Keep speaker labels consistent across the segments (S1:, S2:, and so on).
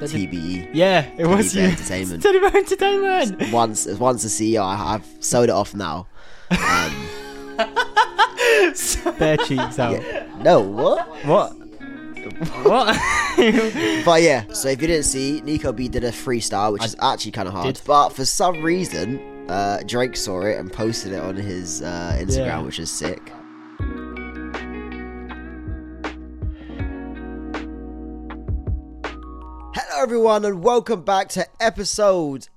S1: There's a-
S2: TBE.
S1: yeah, it was
S2: Teddy
S1: you.
S2: Bear Entertainment.
S1: Teddy Bear Entertainment.
S2: Once, once a CEO, I, I've sold it off now.
S1: Bare cheeks out.
S2: No, what?
S1: What? what?
S2: But yeah, so if you didn't see, Nico B did a freestyle, which is actually kind of hard.
S1: did.
S2: But for some reason, uh, Drake saw it and posted it on his uh, Instagram,
S1: Yeah.
S2: which is sick. Hello, everyone, and welcome back to episode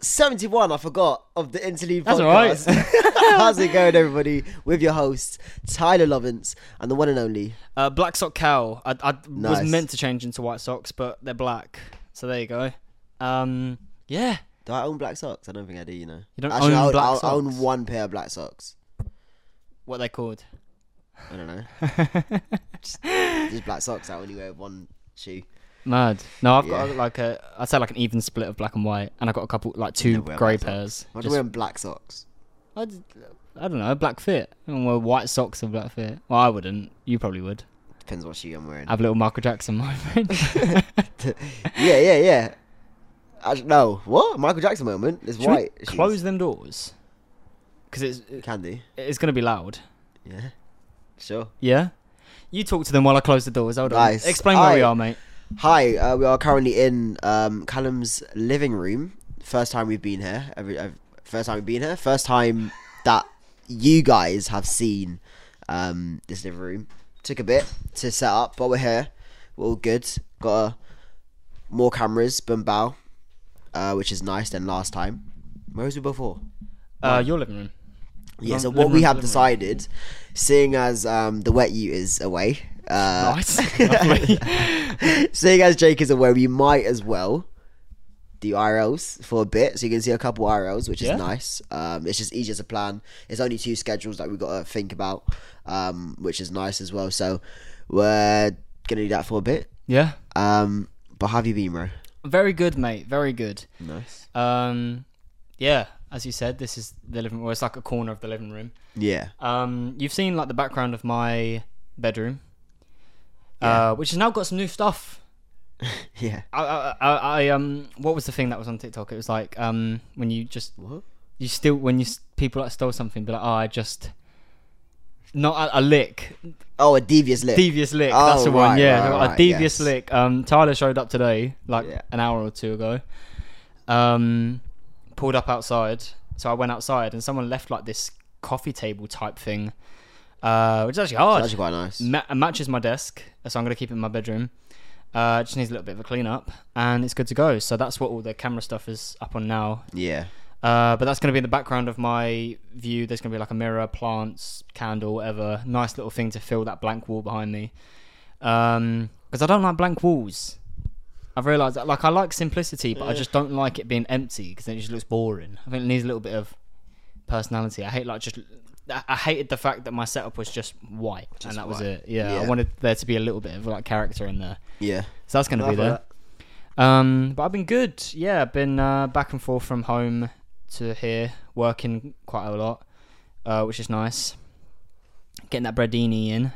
S2: 71. I forgot of the Interlude
S1: That's all right.
S2: podcast. How's it going, everybody? With your host, Tyler Lovins, and the one and only
S1: uh, black sock cow. I, I
S2: Nice.
S1: was meant to change into white socks, but they're black. So there you go. Um, yeah.
S2: Do I own black socks? I don't think I do. You know,
S1: You don't
S2: Actually,
S1: own
S2: I
S1: black
S2: I
S1: socks?
S2: own one pair of black socks.
S1: What they're called?
S2: I don't know. Just black socks. I only wear one shoe.
S1: Mad. No, I've
S2: Yeah.
S1: got like a, I'd say like an even split of black and white, and I got a couple like two
S2: Never wear
S1: grey
S2: black
S1: pairs.
S2: Why do
S1: Just-
S2: you wear black socks?
S1: I, d- I don't know, black fit. And wear white socks and black fit. Well, I wouldn't. You probably would.
S2: Depends what shoe I'm wearing.
S1: Have a little Michael Jackson moment.
S2: yeah, yeah, yeah. I don't know. What Michael Jackson moment? It's
S1: Should
S2: white.
S1: we
S2: shoes.
S1: close them doors? Because it's it-
S2: Can do.
S1: it's gonna be loud.
S2: Yeah. Sure.
S1: Yeah. You talk to them while I close the doors. Hold
S2: Nice.
S1: on. Explain where we
S2: Alright.
S1: are, mate.
S2: Hi, uh, we are currently in um, Callum's living room. First time we've been here. Every, ev first time we've been here. First time that you guys have seen um, this living room. Took a bit to set up, but we're here. We're all good. Got uh, more cameras, boom bow, uh, which is nice than last time. Where was we before?
S1: Uh, your living room.
S2: Yeah,
S1: Lon-
S2: so
S1: living
S2: what we
S1: room,
S2: have
S1: living room.
S2: decided, seeing as um, the wet you is away, uh,
S1: Nice. Lovely.
S2: seeing as Jake is away, we might as well do IRLs for a bit, so you can see a couple IRLs, which
S1: Yeah.
S2: is nice. Um, it's just easier to plan. It's only two schedules that we got to think about, um, which is nice as well. So we're gonna do that for a bit.
S1: yeah.
S2: Um, but how have you been, bro?
S1: Very good, mate. Very good.
S2: Nice.
S1: Um, yeah. As you said, this is the living room. Well, it's like a corner of the living room.
S2: Yeah.
S1: Um, you've seen like the background of my bedroom,
S2: Yeah.
S1: uh, which has now got some new stuff.
S2: Yeah.
S1: I, I, I, I, um, what was the thing that was on TikTok? It was like, um, when you just
S2: What?
S1: you still when you s- people like stole something, be like, oh, I just not a, a lick,
S2: Oh, a devious lip.
S1: devious lick.
S2: Oh,
S1: that's the
S2: right,
S1: one. Yeah,
S2: right,
S1: a
S2: right,
S1: devious
S2: yes.
S1: lick. Um, Tyler showed up today, like
S2: Yeah.
S1: an hour or two ago. Um, pulled up outside, so I went outside, and someone left like this coffee table type thing, uh, which is actually hard.
S2: That's actually quite nice.
S1: Ma- it matches my desk, so I'm gonna keep it in my bedroom. Uh, it just needs a little bit of a clean up, and it's good to go. So that's what all the camera stuff is up on now.
S2: yeah.
S1: Uh, but that's going to be in the background of my view. There's going to be like a mirror, plants, candle, whatever. Nice little thing to fill that blank wall behind me. Because I don't like blank walls. I've realised that. Like, I like simplicity, but I just don't like it being empty because then it just looks boring. I think it needs a little bit of personality. I hate, like, just. I I hated the fact that my setup was just white and that was
S2: white.
S1: it. Yeah, I
S2: Yeah.
S1: wanted there to be a little bit of like character in there.
S2: Yeah.
S1: So that's going to be there. Um, but I've been good. Yeah, I've been uh, back and forth from home to here, working quite a lot, uh, which is nice. Getting that Bradini in.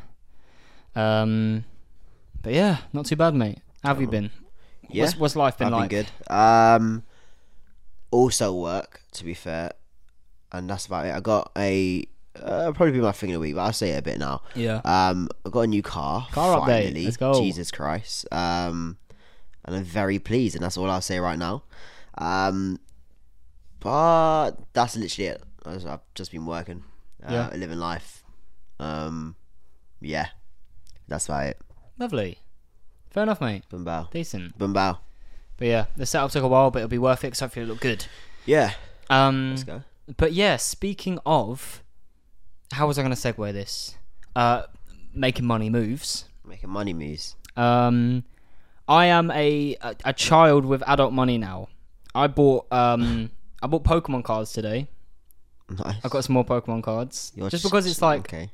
S1: Um, but yeah, not too bad, mate. How have you been?
S2: Oh. Yeah.
S1: What's, what's life been
S2: I've
S1: like?
S2: been good. Um, also work to be fair, and that's about it. I got a uh, probably be my thing of the week, but I'll say it a bit now.
S1: Yeah.
S2: Um, I got a new car.
S1: Car update.
S2: finally.
S1: Let's go.
S2: Jesus Christ. Um, and I'm very pleased, and that's all I'll say right now. Um, but that's literally it. I was- I've just been working, uh,
S1: Yeah.
S2: living life. Um, yeah, that's about it.
S1: Lovely. Fair enough, mate.
S2: Boom bow.
S1: Decent.
S2: Boom bow.
S1: But yeah, the setup took a while, but it'll be worth it because hopefully it'll look good.
S2: Yeah.
S1: Um,
S2: Let's go.
S1: But yeah, speaking of, how was I going to segue this? Uh, making money moves.
S2: Making money moves.
S1: Um, I am a, a a child with adult money now. I bought um I bought Pokemon cards today.
S2: Nice.
S1: I got some more Pokemon cards
S2: You're
S1: just because it's like
S2: okay.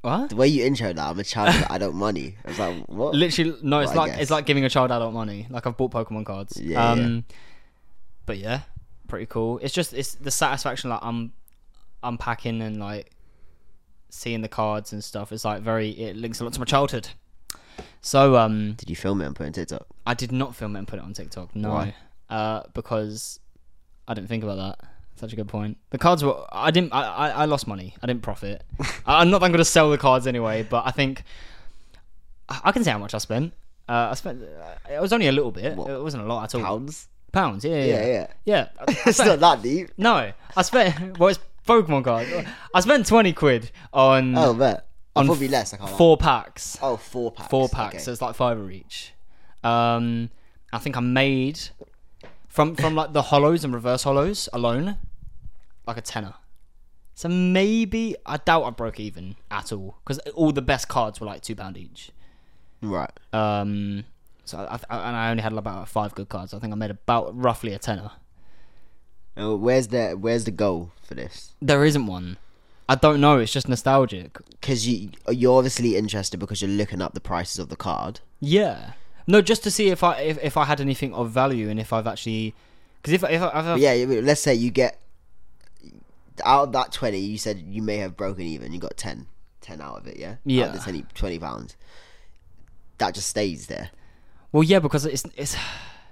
S1: what?
S2: The way you intro that, I'm a child with adult money. I was like, what?
S1: Literally, no. It's
S2: Well, I
S1: like
S2: guess.
S1: it's like giving a child adult money. Like I've bought Pokemon cards. Um,
S2: Yeah, yeah.
S1: But yeah, pretty cool. It's just it's the satisfaction like I'm unpacking and like seeing the cards and stuff. It's like very it links a lot to my childhood. So um,
S2: Did you film it and put it on TikTok?
S1: I did not film it and put it on TikTok. No,
S2: Why?
S1: Uh, because I didn't think about that. Such a good point. The cards were. I didn't. I, I, I lost money. I didn't profit. I, I'm not. I'm going to sell the cards anyway. But I think I, I can say how much I spent. Uh, I spent. uh, It was only a little bit.
S2: What?
S1: It wasn't a lot at all.
S2: Pounds?
S1: Pounds. Yeah.
S2: Yeah,
S1: Yeah.
S2: yeah.
S1: yeah. I- I
S2: it's
S1: spent-
S2: not that deep.
S1: no, I spent. Well, it's Pokemon cards. I spent twenty quid on
S2: Oh, bet.
S1: On
S2: I'll probably less. I can't. lie.
S1: four packs.
S2: Oh, four packs.
S1: four packs,
S2: Okay.
S1: so it's like five of each. Um, I think I made from from like the hollows and reverse hollows alone, like a tenner. So maybe I doubt I broke even at all because all the best cards were like two pound each.
S2: Right.
S1: Um, so I, I, and I only had about five good cards. I think I made about roughly a tenner.
S2: Uh, where's the Where's the goal for this?
S1: There isn't one. I don't know. It's just nostalgic.
S2: Because you you're obviously interested because you're looking up the prices of the card.
S1: Yeah. No, just to see if I if, if I had anything of value and if I've actually because if I- if, I, if I,
S2: But yeah, you- let's say you get out of that 20, you said you may have broken even. You got 10, 10 out of it, yeah? Out
S1: Yeah.
S2: of the 20, 20 pounds. That just stays there.
S1: Well, yeah, because it's it's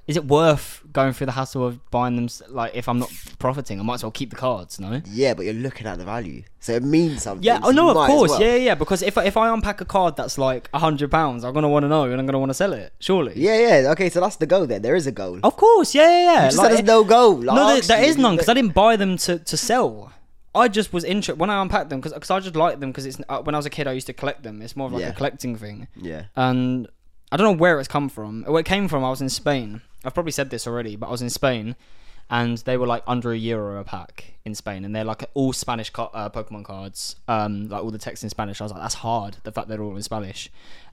S1: is it worth going through the hassle of buying them? s- Like, if I'm not profiting, I might as well keep the cards. No.
S2: Yeah, but you're looking at the value. So it means something.
S1: Yeah.
S2: so
S1: Oh
S2: you
S1: no, of
S2: might as
S1: course.
S2: well.
S1: Yeah, yeah. Because if I- if I unpack a card that's like a hundred pounds, I'm gonna want to know and I'm gonna want to sell it. Surely.
S2: Yeah, yeah. Okay, so that's the goal there. There is a goal.
S1: Of course. Yeah, yeah. Oh, yeah.
S2: You just
S1: Like,
S2: said there's
S1: it-
S2: no goal.
S1: no, there,
S2: Lars.
S1: there is
S2: You-
S1: none because I didn't buy them to, to sell. I just was interested when I unpacked them because I just liked them because it's uh, when I was a kid I used to collect them. It's more of like
S2: Yeah.
S1: a collecting thing.
S2: Yeah.
S1: and I don't know where it's come from. Where it came from, I was in Spain. I've probably said this already, but I was in Spain, and they were like under a euro a pack in Spain, and they're like all Spanish co- uh, Pokemon cards, um, like all the text in Spanish. I was like, that's hard. The fact they're all in Spanish,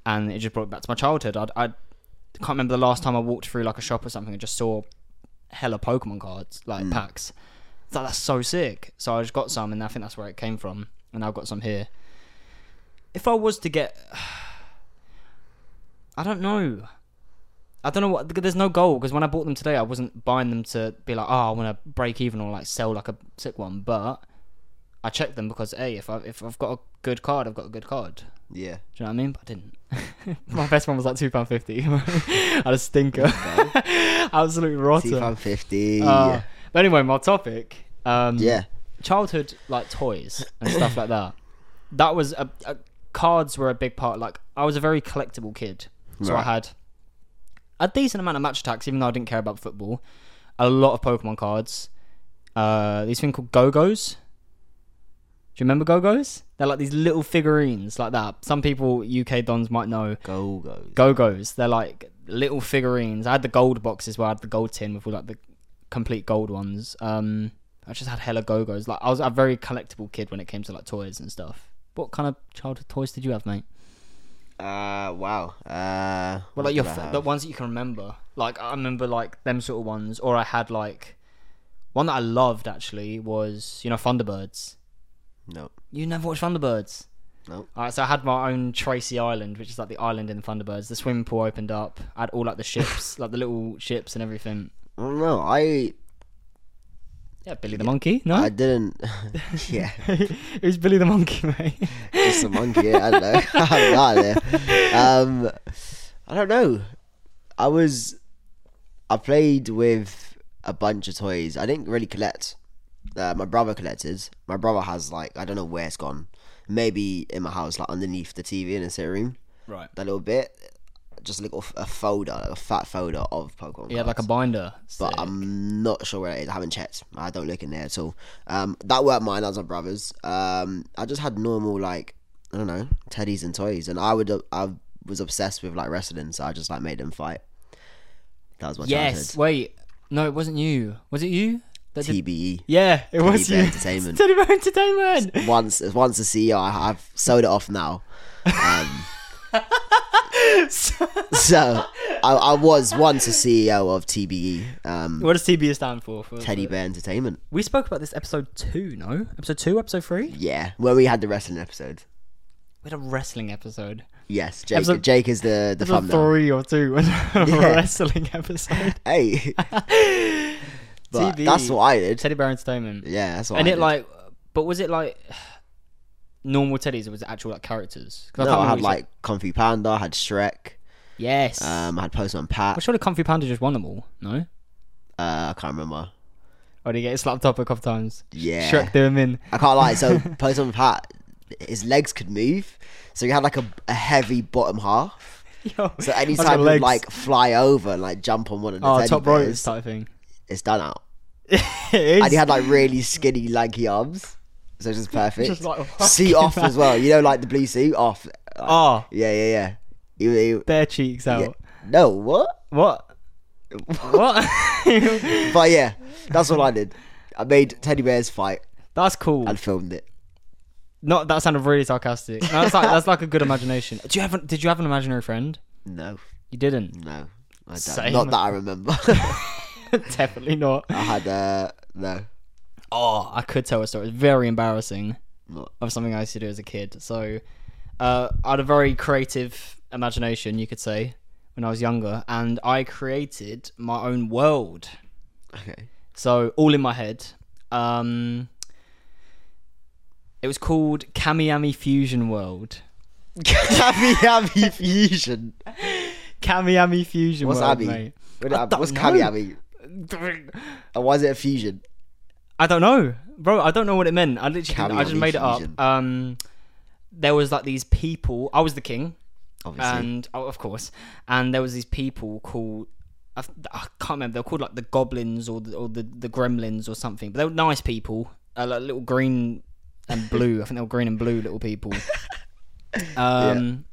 S1: and it just brought me back to my childhood. I'd, I can't remember the last time I walked through like a shop or something and just saw hella Pokemon cards, like packs. It's like, that's so sick. So I just got some, and I think that's where it came from. And I've got some here. If I was to get I don't know. I don't know what. There's no goal because when I bought them today, I wasn't buying them to be like, oh, I want to break even or like sell like a sick one. But I checked them because hey, if I if I've got a good card, I've got a good card.
S2: Yeah.
S1: Do you know what I mean? But I didn't. My best one was like two pound fifty. I had a stinker. Absolute rotter.
S2: 250.
S1: Uh, but anyway, my topic. Um,
S2: yeah.
S1: childhood like toys and stuff like that. That was a, a cards were a big part. Like I was a very collectible kid, so
S2: Right.
S1: I had a decent amount of match attacks, even though I didn't care about football. A lot of Pokemon cards. Uh, these thing called Go Go's. Do you remember Go Go's? They're like these little figurines like that. Some people UK dons might know
S2: Goal goes.
S1: Go Go's. They're like little figurines. I had the gold boxes where I had the gold tin with all like the complete gold ones. Um, I just had hella Go Go's. Like I was a very collectible kid when it came to like toys and stuff. What kind of childhood toys did you have, mate?
S2: Uh, wow. Uh,
S1: Well,
S2: what
S1: like your
S2: did I
S1: f-
S2: have?
S1: the ones that you can remember. Like I remember like them sort of ones, or I had like one that I loved actually was you know Thunderbirds.
S2: No.
S1: You never watched Thunderbirds.
S2: Nope.
S1: All right, so I had my own Tracy Island, which is like the island in Thunderbirds. The swimming pool opened up. I had all like the ships, like the little ships and everything.
S2: I don't know. I
S1: Yeah, Billy the Monkey. No,
S2: I didn't. yeah,
S1: it was Billy the Monkey, mate.
S2: it's a monkey. yeah, I don't know. I don't know idea. Um, I don't know. I was. I played with a bunch of toys. I didn't really collect. Uh, my brother collected. My brother has like I don't know where it's gone. Maybe in my house, like underneath the TV in the sitting room,
S1: Right.
S2: that little bit, just a little f- a folder, like a fat folder of Pokemon.
S1: Yeah, like a
S2: cards.
S1: binder.
S2: but I'm not sure where it is. I haven't checked. I don't look in there at all. Um, that weren't mine. That was my brother's. Um, I just had normal like I don't know teddies and toys, and I would I was obsessed with like wrestling, so I just like made them fight. That was my
S1: yes.
S2: childhood.
S1: Wait. No, it wasn't you. Was it you? That did-
S2: TBE.
S1: Yeah, it was
S2: Bear
S1: you.
S2: Entertainment.
S1: Teddy Bear Entertainment.
S2: E. Once once a CEO, I, I've sold it off now. Um, so I, I was once a CEO of TBE, um,
S1: What does TBE stand for? for
S2: Teddy Bear Entertainment.
S1: We spoke about this episode two. No, episode two, episode three.
S2: Yeah, where we had the wrestling episode.
S1: We had a wrestling episode.
S2: Yes, Jake.
S1: Episode-
S2: Jake is the the
S1: Episode
S2: thumbnail.
S1: three or two was a
S2: Yeah.
S1: wrestling episode.
S2: Hey, but
S1: TBE.
S2: that's what I did.
S1: Teddy Bear Entertainment.
S2: Yeah, that's what.
S1: and
S2: I
S1: it
S2: did.
S1: like, but was it like? normal teddies or was it actual like characters?
S2: no,
S1: 'Cause can't
S2: I
S1: remember
S2: had
S1: what you
S2: like Kung Fu Panda, I had Shrek,
S1: said. yes. Um,
S2: um, I had Postman
S1: well,
S2: Pat.
S1: surely Comfy Panda just won them all. No,
S2: Uh, I can't remember.
S1: or Oh, did he get slapped up a couple times?
S2: Yeah,
S1: Shrek threw him in.
S2: I can't lie. So Postman Pat, his legs could move, so he had like a, a heavy bottom half.
S1: Yo,
S2: So
S1: that's
S2: anytime
S1: got
S2: he would
S1: legs.
S2: like fly over and like jump on one of the
S1: oh
S2: teddy
S1: top
S2: bears,
S1: ropes type thing.
S2: it's done out.
S1: it is.
S2: And he had like really skinny, lanky arms, so it's just perfect.
S1: Just like
S2: suit
S1: whacking
S2: off as well. You know, like the blue suit off. Like,
S1: oh,
S2: Yeah, yeah, yeah. He- he-
S1: bare cheeks out.
S2: yeah. No, what?
S1: What? What?
S2: But yeah, that's all I did. I made teddy bears fight
S1: that's cool.
S2: and filmed it.
S1: Not that sounded really sarcastic. No, that's like that's like a good imagination. Do you have? an- Did you have an imaginary friend?
S2: No,
S1: You didn't.
S2: no, I don't.
S1: Same.
S2: Not that I remember.
S1: Definitely not.
S2: I had uh, no.
S1: Oh, I could tell a story. It's very embarrassing
S2: What?
S1: of something I used to do as a kid. So, uh, I had a very creative imagination, you could say, when I was younger, and I created my own world.
S2: Okay.
S1: So all in my head. Um, it was called Kamiyami Fusion World.
S2: Happy, happy fusion.
S1: Kamiyami Fusion
S2: What's
S1: World,
S2: Abby?
S1: mate.
S2: What-
S1: I don't
S2: uh, What's
S1: know.
S2: Kami Ami? And why is it a fusion?
S1: I don't know, bro. I don't know what it meant. I literally, didn't- I just
S2: Kamiyami
S1: made it up.
S2: Fusion.
S1: Um, there was like these people. I was the king,
S2: Obviously.
S1: and oh, of course, and there was these people called. I, I can't remember. They were called like the goblins or the, or the, the gremlins or something. But they were nice people, uh, like little green and blue. I think they were green and blue little people. Um,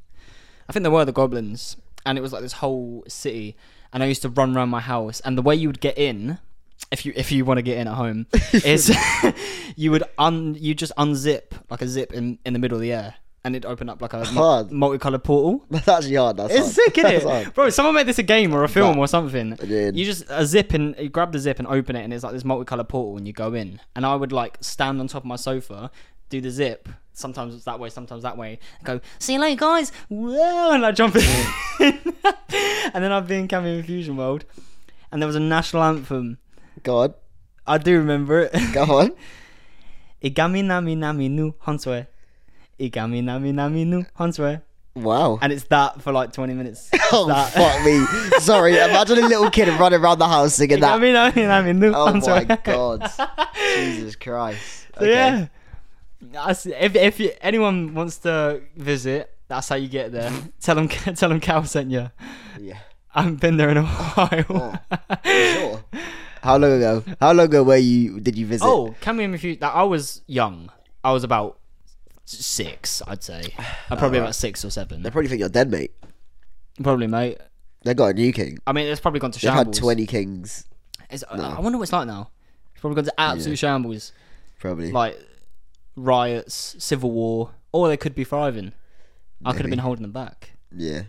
S1: I think they were the goblins, and it was like this whole city. And I used to run around my house, and the way you would get in, if you if you want to get in at home, is you would un you just unzip like a zip in in the middle of the air, and it'd open up like a mu-
S2: Hard.
S1: multicolored portal.
S2: That's actually hard. That's
S1: It's
S2: hard.
S1: sick, is
S2: That's
S1: it?
S2: hard.
S1: Bro, someone made this a game or a film or something.
S2: did.
S1: You just a zip and you grab the zip and open it, and it's like this multicolored portal, and you go in. And I would like stand on top of my sofa, do the zip. Sometimes it's that way, sometimes that way. And go, see you later, guys. Whoa, and I jump in. and then I'd be in Cameo Infusion World, and there was a national anthem.
S2: Go on.
S1: I do remember it.
S2: Go on.
S1: Igami nami nami nu honswe. Igami nami nami nu honswe.
S2: Wow.
S1: And it's that for like 20 minutes. It's
S2: Oh
S1: that.
S2: fuck me! Sorry, imagine a little kid running around the house singing
S1: I
S2: that.
S1: mean, I mean, I mean, no,
S2: Oh
S1: I'm
S2: my
S1: sorry.
S2: god! Jesus Christ!
S1: So, Yeah. That's, if if you, anyone wants to visit, that's how you get there. tell them tell them Cal sent you.
S2: Yeah.
S1: I haven't been there in a while.
S2: Sure. How long ago? How long ago were you? Did you visit?
S1: Oh, can we if you? That I was young. I was about six, I'd say. I'm probably about six or seven.
S2: they probably think you're dead, mate.
S1: Probably, mate.
S2: They got a new king.
S1: I mean, it's probably gone to
S2: They've had
S1: shambles.
S2: twenty kings,
S1: It's- I- I wonder what it's like now. It's probably gone to absolute shambles,
S2: probably.
S1: like riots, civil war, or they could be thriving. I could have been holding them back.
S2: yeah.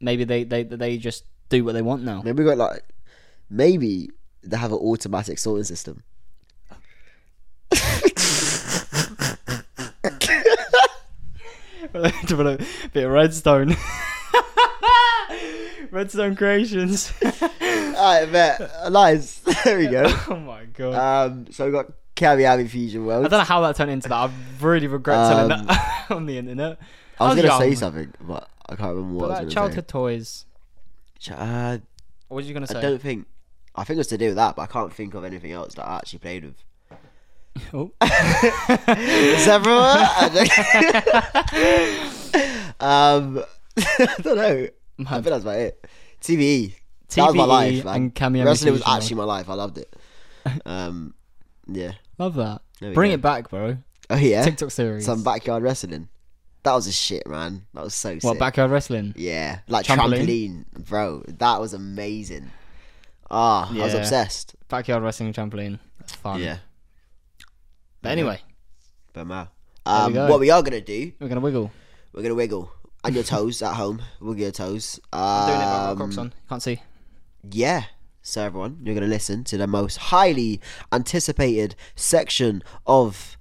S1: maybe they they they just do what they want now.
S2: Maybe we got like. Maybe they have an automatic sorting system.
S1: Bit of redstone. redstone creations.
S2: All right, bet. Nice. there we go.
S1: oh my god.
S2: Um. So we got Kamiami Fusion World.
S1: I don't know how that turned into that. I really regret telling that
S2: Um,
S1: on the internet.
S2: I was, gonna say
S1: young,
S2: something, but I can't remember what
S1: but,
S2: I
S1: like,
S2: was gonna
S1: childhood toys.
S2: say. Ch- uh,
S1: What was you gonna
S2: I
S1: say?
S2: don't think. I think it was to do with that, but I can't think of anything else that I actually played with.
S1: Oh.
S2: Is that right? um, I don't know. I think that's about it. TVE. that was my
S1: TVE
S2: life, man.
S1: E and Kamiami
S2: Wrestling was
S1: Fusion
S2: actually my life. I loved it. Um, yeah.
S1: Love that.
S2: There we
S1: Bring
S2: go.
S1: it back, bro.
S2: Oh yeah.
S1: TikTok series.
S2: Some backyard wrestling. That was a shit, man. That was so
S1: what
S2: sick.
S1: backyard wrestling?
S2: Yeah, like
S1: Trampoline?
S2: trampoline, bro. That was amazing. Ah, I was
S1: Yeah.
S2: obsessed.
S1: Backyard wrestling trampoline. That's fun. But anyway,
S2: but man.
S1: we
S2: Um,
S1: go.
S2: what we are gonna do?
S1: we're gonna wiggle.
S2: We're gonna wiggle on your toes at home. Wiggle your toes. Um,
S1: Doing it. I've got Crocs on. Can't see.
S2: Yeah. So everyone, you're gonna listen to the most highly anticipated section of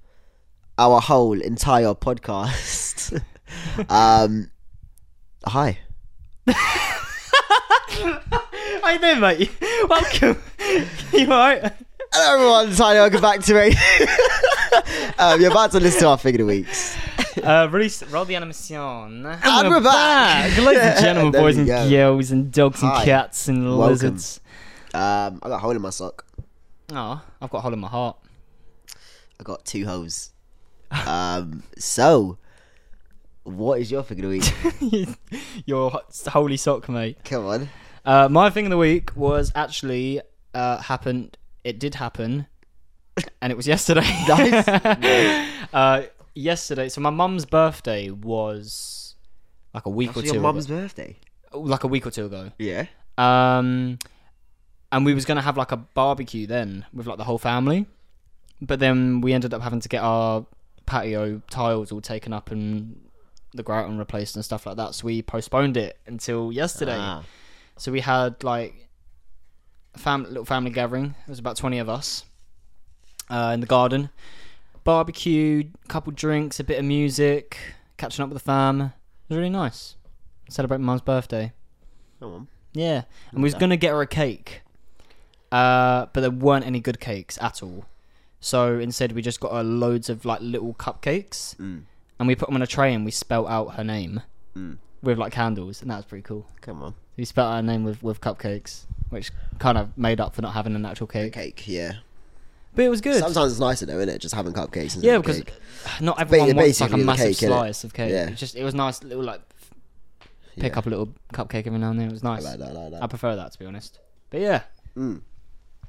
S2: our whole entire podcast. um, hi.
S1: How you doing, mate? Welcome. you alright?
S2: Hello everyone, it's hi, welcome back to a um, you're about to listen to our figure of the weeks.
S1: Uh, release, roll the animation. And
S2: we're back.
S1: Ladies and gentlemen,
S2: There
S1: boys
S2: we
S1: and
S2: go.
S1: girls, and dogs
S2: Hi.
S1: and cats and
S2: Welcome.
S1: lizards.
S2: Um, I got a hole in my sock.
S1: Oh, I've got a hole in my heart.
S2: I got two holes. Um, so, what is your figure of the week?
S1: Your ho- holy sock, mate.
S2: Come on.
S1: Uh, my thing of the week was actually uh, happened. It did happen, and it was yesterday.
S2: Nice.
S1: uh, yesterday, so my mum's birthday was like a week
S2: It's
S1: or two.
S2: your
S1: ago-
S2: mum's birthday.
S1: like a week or two ago.
S2: Yeah.
S1: Um, and we was gonna have like a barbecue then with like the whole family, but then we ended up having to get our patio tiles all taken up and the grouting replaced and stuff like that. So we postponed it until yesterday.
S2: Ah.
S1: So we had like a fam- little family gathering. It was about twenty of us uh, in the garden, barbecued, couple drinks, a bit of music, catching up with the fam. It was really nice. Celebrating mum's birthday.
S2: Come on.
S1: Yeah, and we was gonna get her a cake, uh, but there weren't any good cakes at all. So instead, we just got her loads of like little cupcakes,
S2: Mm.
S1: and we put them on a tray and we spelt out her name
S2: Mm.
S1: with like candles, and that was pretty cool.
S2: Come on.
S1: We spelt out her name with with cupcakes, which kind of made up for not having an actual cake.
S2: Cake, yeah.
S1: But it was good.
S2: Sometimes it's nicer though, isn't it? Just having cupcakes. Instead
S1: yeah,
S2: of
S1: because
S2: cake.
S1: not everyone wants like a
S2: basically the cake,
S1: massive
S2: innit?
S1: slice of cake.
S2: Yeah.
S1: It just it was nice little like pick
S2: Yeah.
S1: up a little cupcake every now and then. It was
S2: I
S1: nice.
S2: like that. I like that.
S1: I prefer that to be honest. But yeah.
S2: Mm.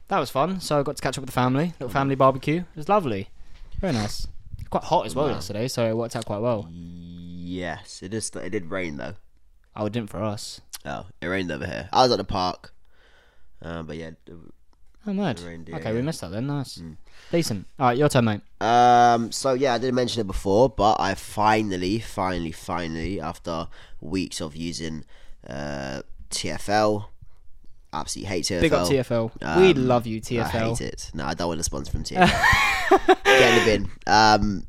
S1: That was fun. So I got to catch up with the family, little family barbecue. It was lovely, very nice. Quite hot as well
S2: Wow.
S1: yesterday, so it worked out quite well.
S2: Yes, it is. It did rain though.
S1: Oh, it didn't for us.
S2: Oh, it rained over here. I was at the park, um, but yeah.
S1: Oh, mad.
S2: It rained, yeah,
S1: okay, we
S2: yeah. Mm.
S1: missed that then. Nice, decent. All right, your turn, mate.
S2: Um, so yeah, I didn't mention it before, but I finally, finally, finally, after weeks of using uh, TFL, absolutely hate TFL.
S1: Big up TFL. we
S2: Um,
S1: love you,
S2: I hate
S1: TFL.
S2: it. No, I don't want a sponsor from TFL. Get in the bin. Um,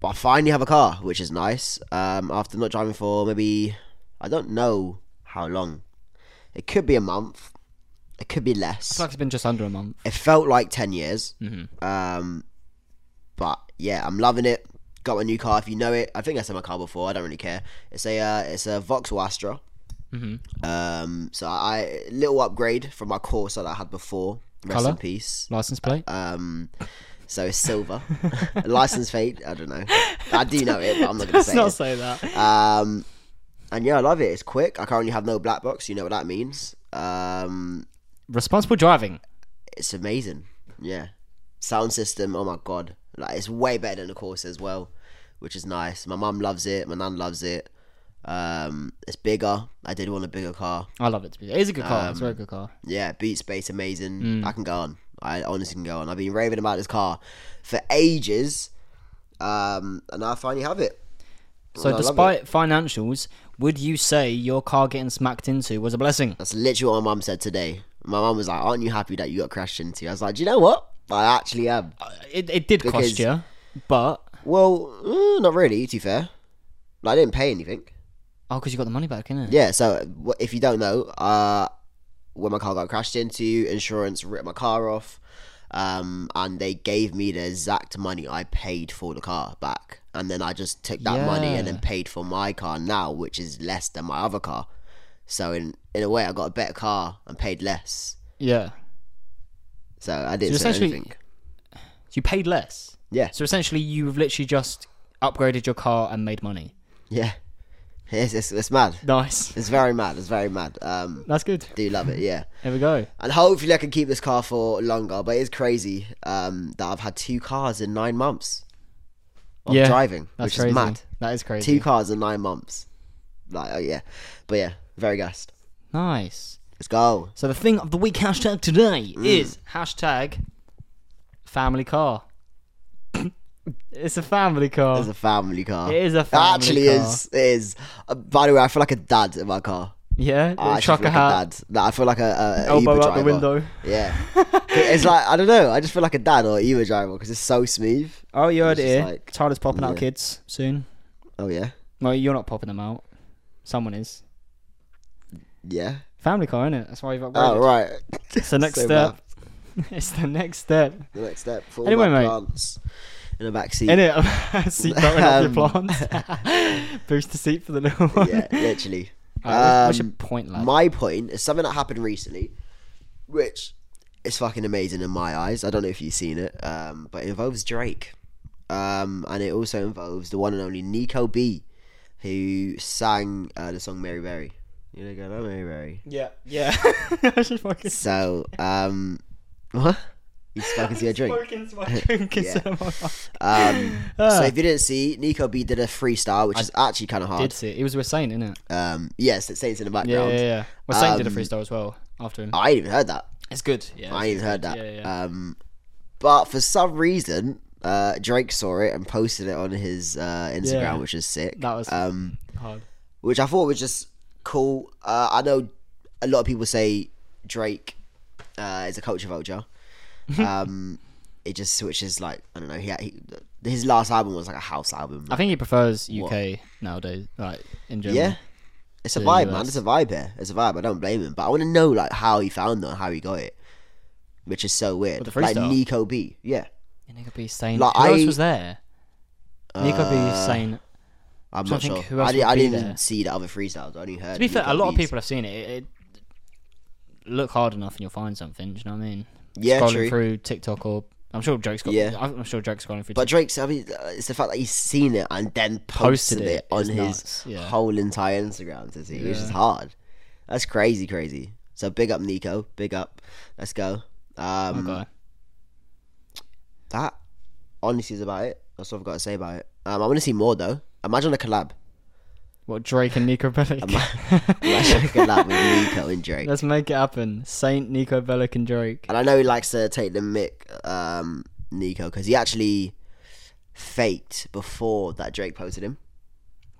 S2: but I finally have a car, which is nice. Um, after not driving for maybe I don't know how long. It could be a month. It could be less.
S1: It's like Mm-hmm. it's been just under a month.
S2: It felt like 10 years. Um, but yeah, I'm loving it. Got a new car. If you know it, I think I said my car before. I don't really care. It's a uh, it's a Vauxhall Astra.
S1: Mm-hmm.
S2: Um, so I little upgrade from my Corsa that I had before. Rest
S1: Colour?
S2: in peace.
S1: License plate.
S2: Um, so it's silver. License plate. I don't know. I do know it, but I'm not gonna
S1: Let's
S2: say
S1: not
S2: it.
S1: say that.
S2: Um, and yeah, I love it. It's quick. I currently have no black box. You know what that means. Um,
S1: Responsible driving.
S2: it's amazing. Yeah. Sound system, oh my god. Like it's way better than the course as well, which is nice. My mum loves it, my nan loves it. Um it's bigger. I did want a bigger car.
S1: I love it. To be. It is a good car. it's a
S2: Um,
S1: very good car.
S2: Yeah, Beat Space amazing. I can go on. I honestly can go on. I've been raving about this car for ages. Um and I finally have it.
S1: So,
S2: And I love it.
S1: despite financials, would you say your car getting smacked into was a blessing?
S2: That's literally what my mum said today. My mum was like, Aren't you happy that you got crashed into? I was like, Do you know what? I actually am.
S1: Uh, It, it did cost
S2: Because-
S1: you, but
S2: Well, mm, not really, to be fair. Like, I didn't pay anything.
S1: oh, because you got the money back, innit?
S2: Yeah, so uh, wh- if you don't know, uh, when my car got crashed into, insurance ripped my car off, um, and they gave me the exact money I paid for the car back. And then I just took that money and then
S1: Yeah.
S2: paid for my car now, which is less than my other car. So in in a way, I got a better car and paid less.
S1: Yeah.
S2: So I didn't
S1: So
S2: say
S1: essentially-
S2: anything.
S1: So you paid less.
S2: Yeah,
S1: So essentially, you've literally just upgraded your car and made money.
S2: yeah. It's, it's, it's mad.
S1: Nice.
S2: It's very mad. It's very mad. Um,
S1: That's good.
S2: do love it. Yeah.
S1: There we go.
S2: And hopefully I can keep this car for longer, but it is crazy um, that I've had two cars in nine months of
S1: Yeah,
S2: driving,
S1: That's
S2: which
S1: crazy.
S2: is mad.
S1: That is crazy.
S2: Two cars in nine months. Like, oh yeah. But yeah, very gassed.
S1: Nice.
S2: Let's go.
S1: So the thing of the week hashtag today
S2: Mm.
S1: is hashtag family car. it's a family car.
S2: It's a family car.
S1: It is a
S2: It
S1: family
S2: actually
S1: car.
S2: is. It is. Uh, by the way, I feel like a dad in my car.
S1: yeah,
S2: I
S1: little
S2: actually
S1: trucker
S2: feel Ah, like
S1: hat,
S2: a dad. No, I feel like a, a, a
S1: elbow
S2: Uber
S1: out
S2: driver.
S1: the window.
S2: Yeah. it's like I don't know. I just feel like a dad or Uber driver because it's so smooth.
S1: Oh, you heard it
S2: It's
S1: here.
S2: just like-
S1: Tyler's popping out
S2: yeah.
S1: kids soon.
S2: Oh yeah,
S1: Well, you're not popping them out. Someone is.
S2: yeah.
S1: Family car, innit? That's why you've upgraded.
S2: Oh right.
S1: It's the next
S2: So
S1: step. it's the next step.
S2: the next step for
S1: Anyway,
S2: my
S1: mate.
S2: plants. in a backseat.
S1: In it, seat belt in um, your
S2: Um,
S1: plant. Booster seat for the little one.
S2: yeah, literally.
S1: Alright, what's- what's
S2: Um,
S1: your point, lad?
S2: My point is something that happened recently, which is fucking amazing in my eyes. I don't know if you've seen it, um, but it involves Drake. Um, and it also involves the one and only Nico B, who sang uh, the song Mary Berry. You know, going, oh, Mary Berry.
S1: yeah, yeah. I was just fucking.
S2: So, um, what? You spoken to your drink.
S1: Spoken to my drink instead of my
S2: Um, so
S1: Ah.
S2: if you didn't see, Nico B did a freestyle, which is actually kind of hard.
S1: Did see it. It was with Saint, innit?
S2: Um, yes, it stays in the
S1: Yeah,
S2: background.
S1: yeah, yeah. Well, Saint did a
S2: Um,
S1: freestyle as well after him.
S2: I ain't even heard that.
S1: It's good. Yeah.
S2: I ain't heard that.
S1: Yeah, yeah.
S2: Um, but for some reason, uh, Drake saw it and posted it on his uh, Instagram,
S1: Yeah.
S2: which is sick.
S1: That was-
S2: um,
S1: Hard.
S2: which I thought was just cool. Uh, I know a lot of people say Drake uh, is a culture vulture. um, it just switches like I don't know. He, he his last album was like a house album.
S1: I think he prefers UK nowadays, like in general.
S2: yeah, it's a
S1: the
S2: vibe, man.
S1: US.
S2: It's a vibe here. It's a vibe. I don't blame him, but I want to know like how he found that, how he got it, which is so weird.
S1: With the
S2: like
S1: freestyle?
S2: Nico B, yeah.
S1: Yeah, Nico B, Saint.
S2: Like,
S1: who
S2: I- uh,
S1: else was there? Nico B, Saint.
S2: I'm
S1: So I
S2: not
S1: think
S2: sure.
S1: who
S2: I,
S1: else
S2: did,
S1: would
S2: I
S1: be
S2: didn't
S1: there?
S2: see the other freestyles. I only heard.
S1: To be fair,
S2: Nico
S1: a lot of
S2: B's.
S1: people have seen it. It, it. Look hard enough and you'll find something. Do you know what I mean?
S2: Yeah,
S1: scrolling
S2: true.
S1: through TikTok or I'm sure Drake's got.
S2: Yeah.
S1: I'm sure Drake's scrolling through.
S2: But
S1: TikTok.
S2: Drake's, I mean, uh, it's the fact that he's seen it and then posted,
S1: Posted
S2: it,
S1: it
S2: on
S1: is
S2: his
S1: nuts, yeah.
S2: whole entire Instagram to see, which is hard. That's crazy, crazy. So big up Nico, big up. Let's go. Um,
S1: Okay.
S2: That honestly is about it. That's all I've got to say about it. Um, I want to see more though. Imagine a collab.
S1: What Drake and Nico
S2: Imagine a
S1: Bellic?
S2: collab with Nico and Drake.
S1: Let's make it happen. Saint Nico Bellic and Drake.
S2: And I know he likes to take the mick, um, Nico, because he actually faked before that Drake posted him.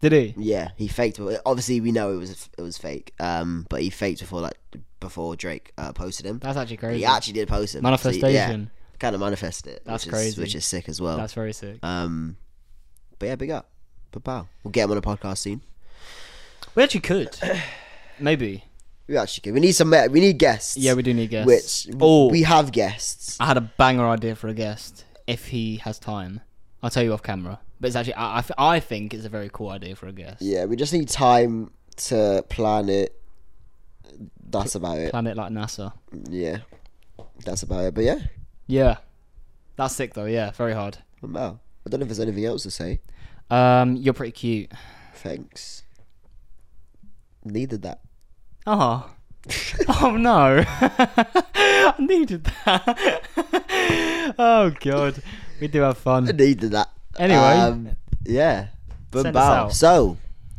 S1: Did he?
S2: Yeah, he faked. Obviously, we know it was it was fake. Um, but he faked before that before Drake uh, posted him.
S1: That's actually crazy.
S2: He actually did post him.
S1: Manifestation.
S2: kind of manifest it.
S1: That's
S2: which Is,
S1: crazy.
S2: which is sick as well.
S1: That's very sick.
S2: Um, but yeah, big up, but pow. We'll get him on a podcast soon.
S1: We actually could. Maybe.
S2: We actually could. We need some. We need guests.
S1: Yeah, we do need guests.
S2: Which
S1: oh,
S2: we have guests.
S1: I had a banger idea for a guest if he has time. I'll tell you off camera. But it's actually I, I, th- I think it's a very cool idea for a guest.
S2: Yeah, we just need time to plan it. That's about it.
S1: Planet like NASA.
S2: Yeah, that's about it. But yeah,
S1: Yeah. That's sick though. Yeah, very hard.
S2: but pow. I don't know if there's anything else to say.
S1: Um, you're pretty cute.
S2: Thanks. Needed that.
S1: Oh. oh no. I needed that. oh god. We do have
S2: I
S1: fun.
S2: needed that. Um,
S1: Anyway.
S2: yeah. Boom
S1: Send us
S2: bow.
S1: out.
S2: So,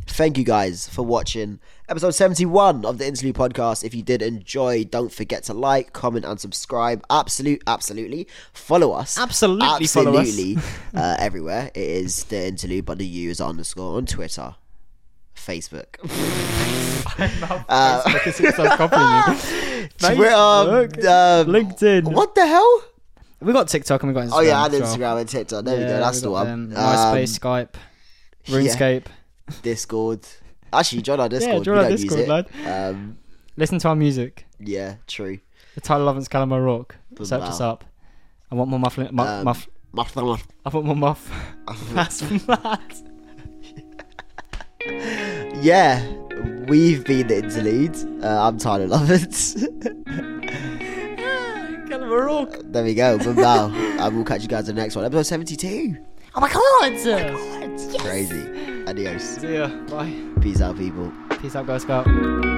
S2: thank you guys for watching episode 71 of the Interlude Podcast. If you did enjoy, don't forget to like, comment, and subscribe. Absolute, absolutely. Follow us.
S1: Absolutely follow us.
S2: Absolutely. uh, everywhere. It is the Interlude, but the U is underscore on Twitter, Facebook. Uh,
S1: Because it starts copying you.
S2: Twitter,
S1: Facebook,
S2: um,
S1: LinkedIn.
S2: What the hell?
S1: We got TikTok and we got Instagram.
S2: Oh yeah, and
S1: as well.
S2: Instagram and TikTok. There we
S1: Yeah,
S2: go. That's
S1: we
S2: the
S1: got
S2: one.
S1: them.
S2: Um,
S1: MySpace, Skype, RuneScape.
S2: Discord. Actually, join our Discord.
S1: join
S2: we
S1: our
S2: don't use
S1: Discord,
S2: it. Um,
S1: Listen to our music.
S2: yeah, true.
S1: The Tyler Lovins, Callum O'Rourke. Search
S2: wow.
S1: us up. I want more mufflin. Mu-
S2: Um,
S1: muff. I want more muff. That's mad.
S2: yeah, we've been the interlude. Uh, I'm Tyler Lovitz.
S1: Callum O'Rourke.
S2: there we go. But now, I will catch you guys in the next one. Episode 72.
S1: Oh my god!
S2: Crazy. Adios.
S1: See ya. Bye.
S2: Peace out, people.
S1: Peace out, Girl Scout.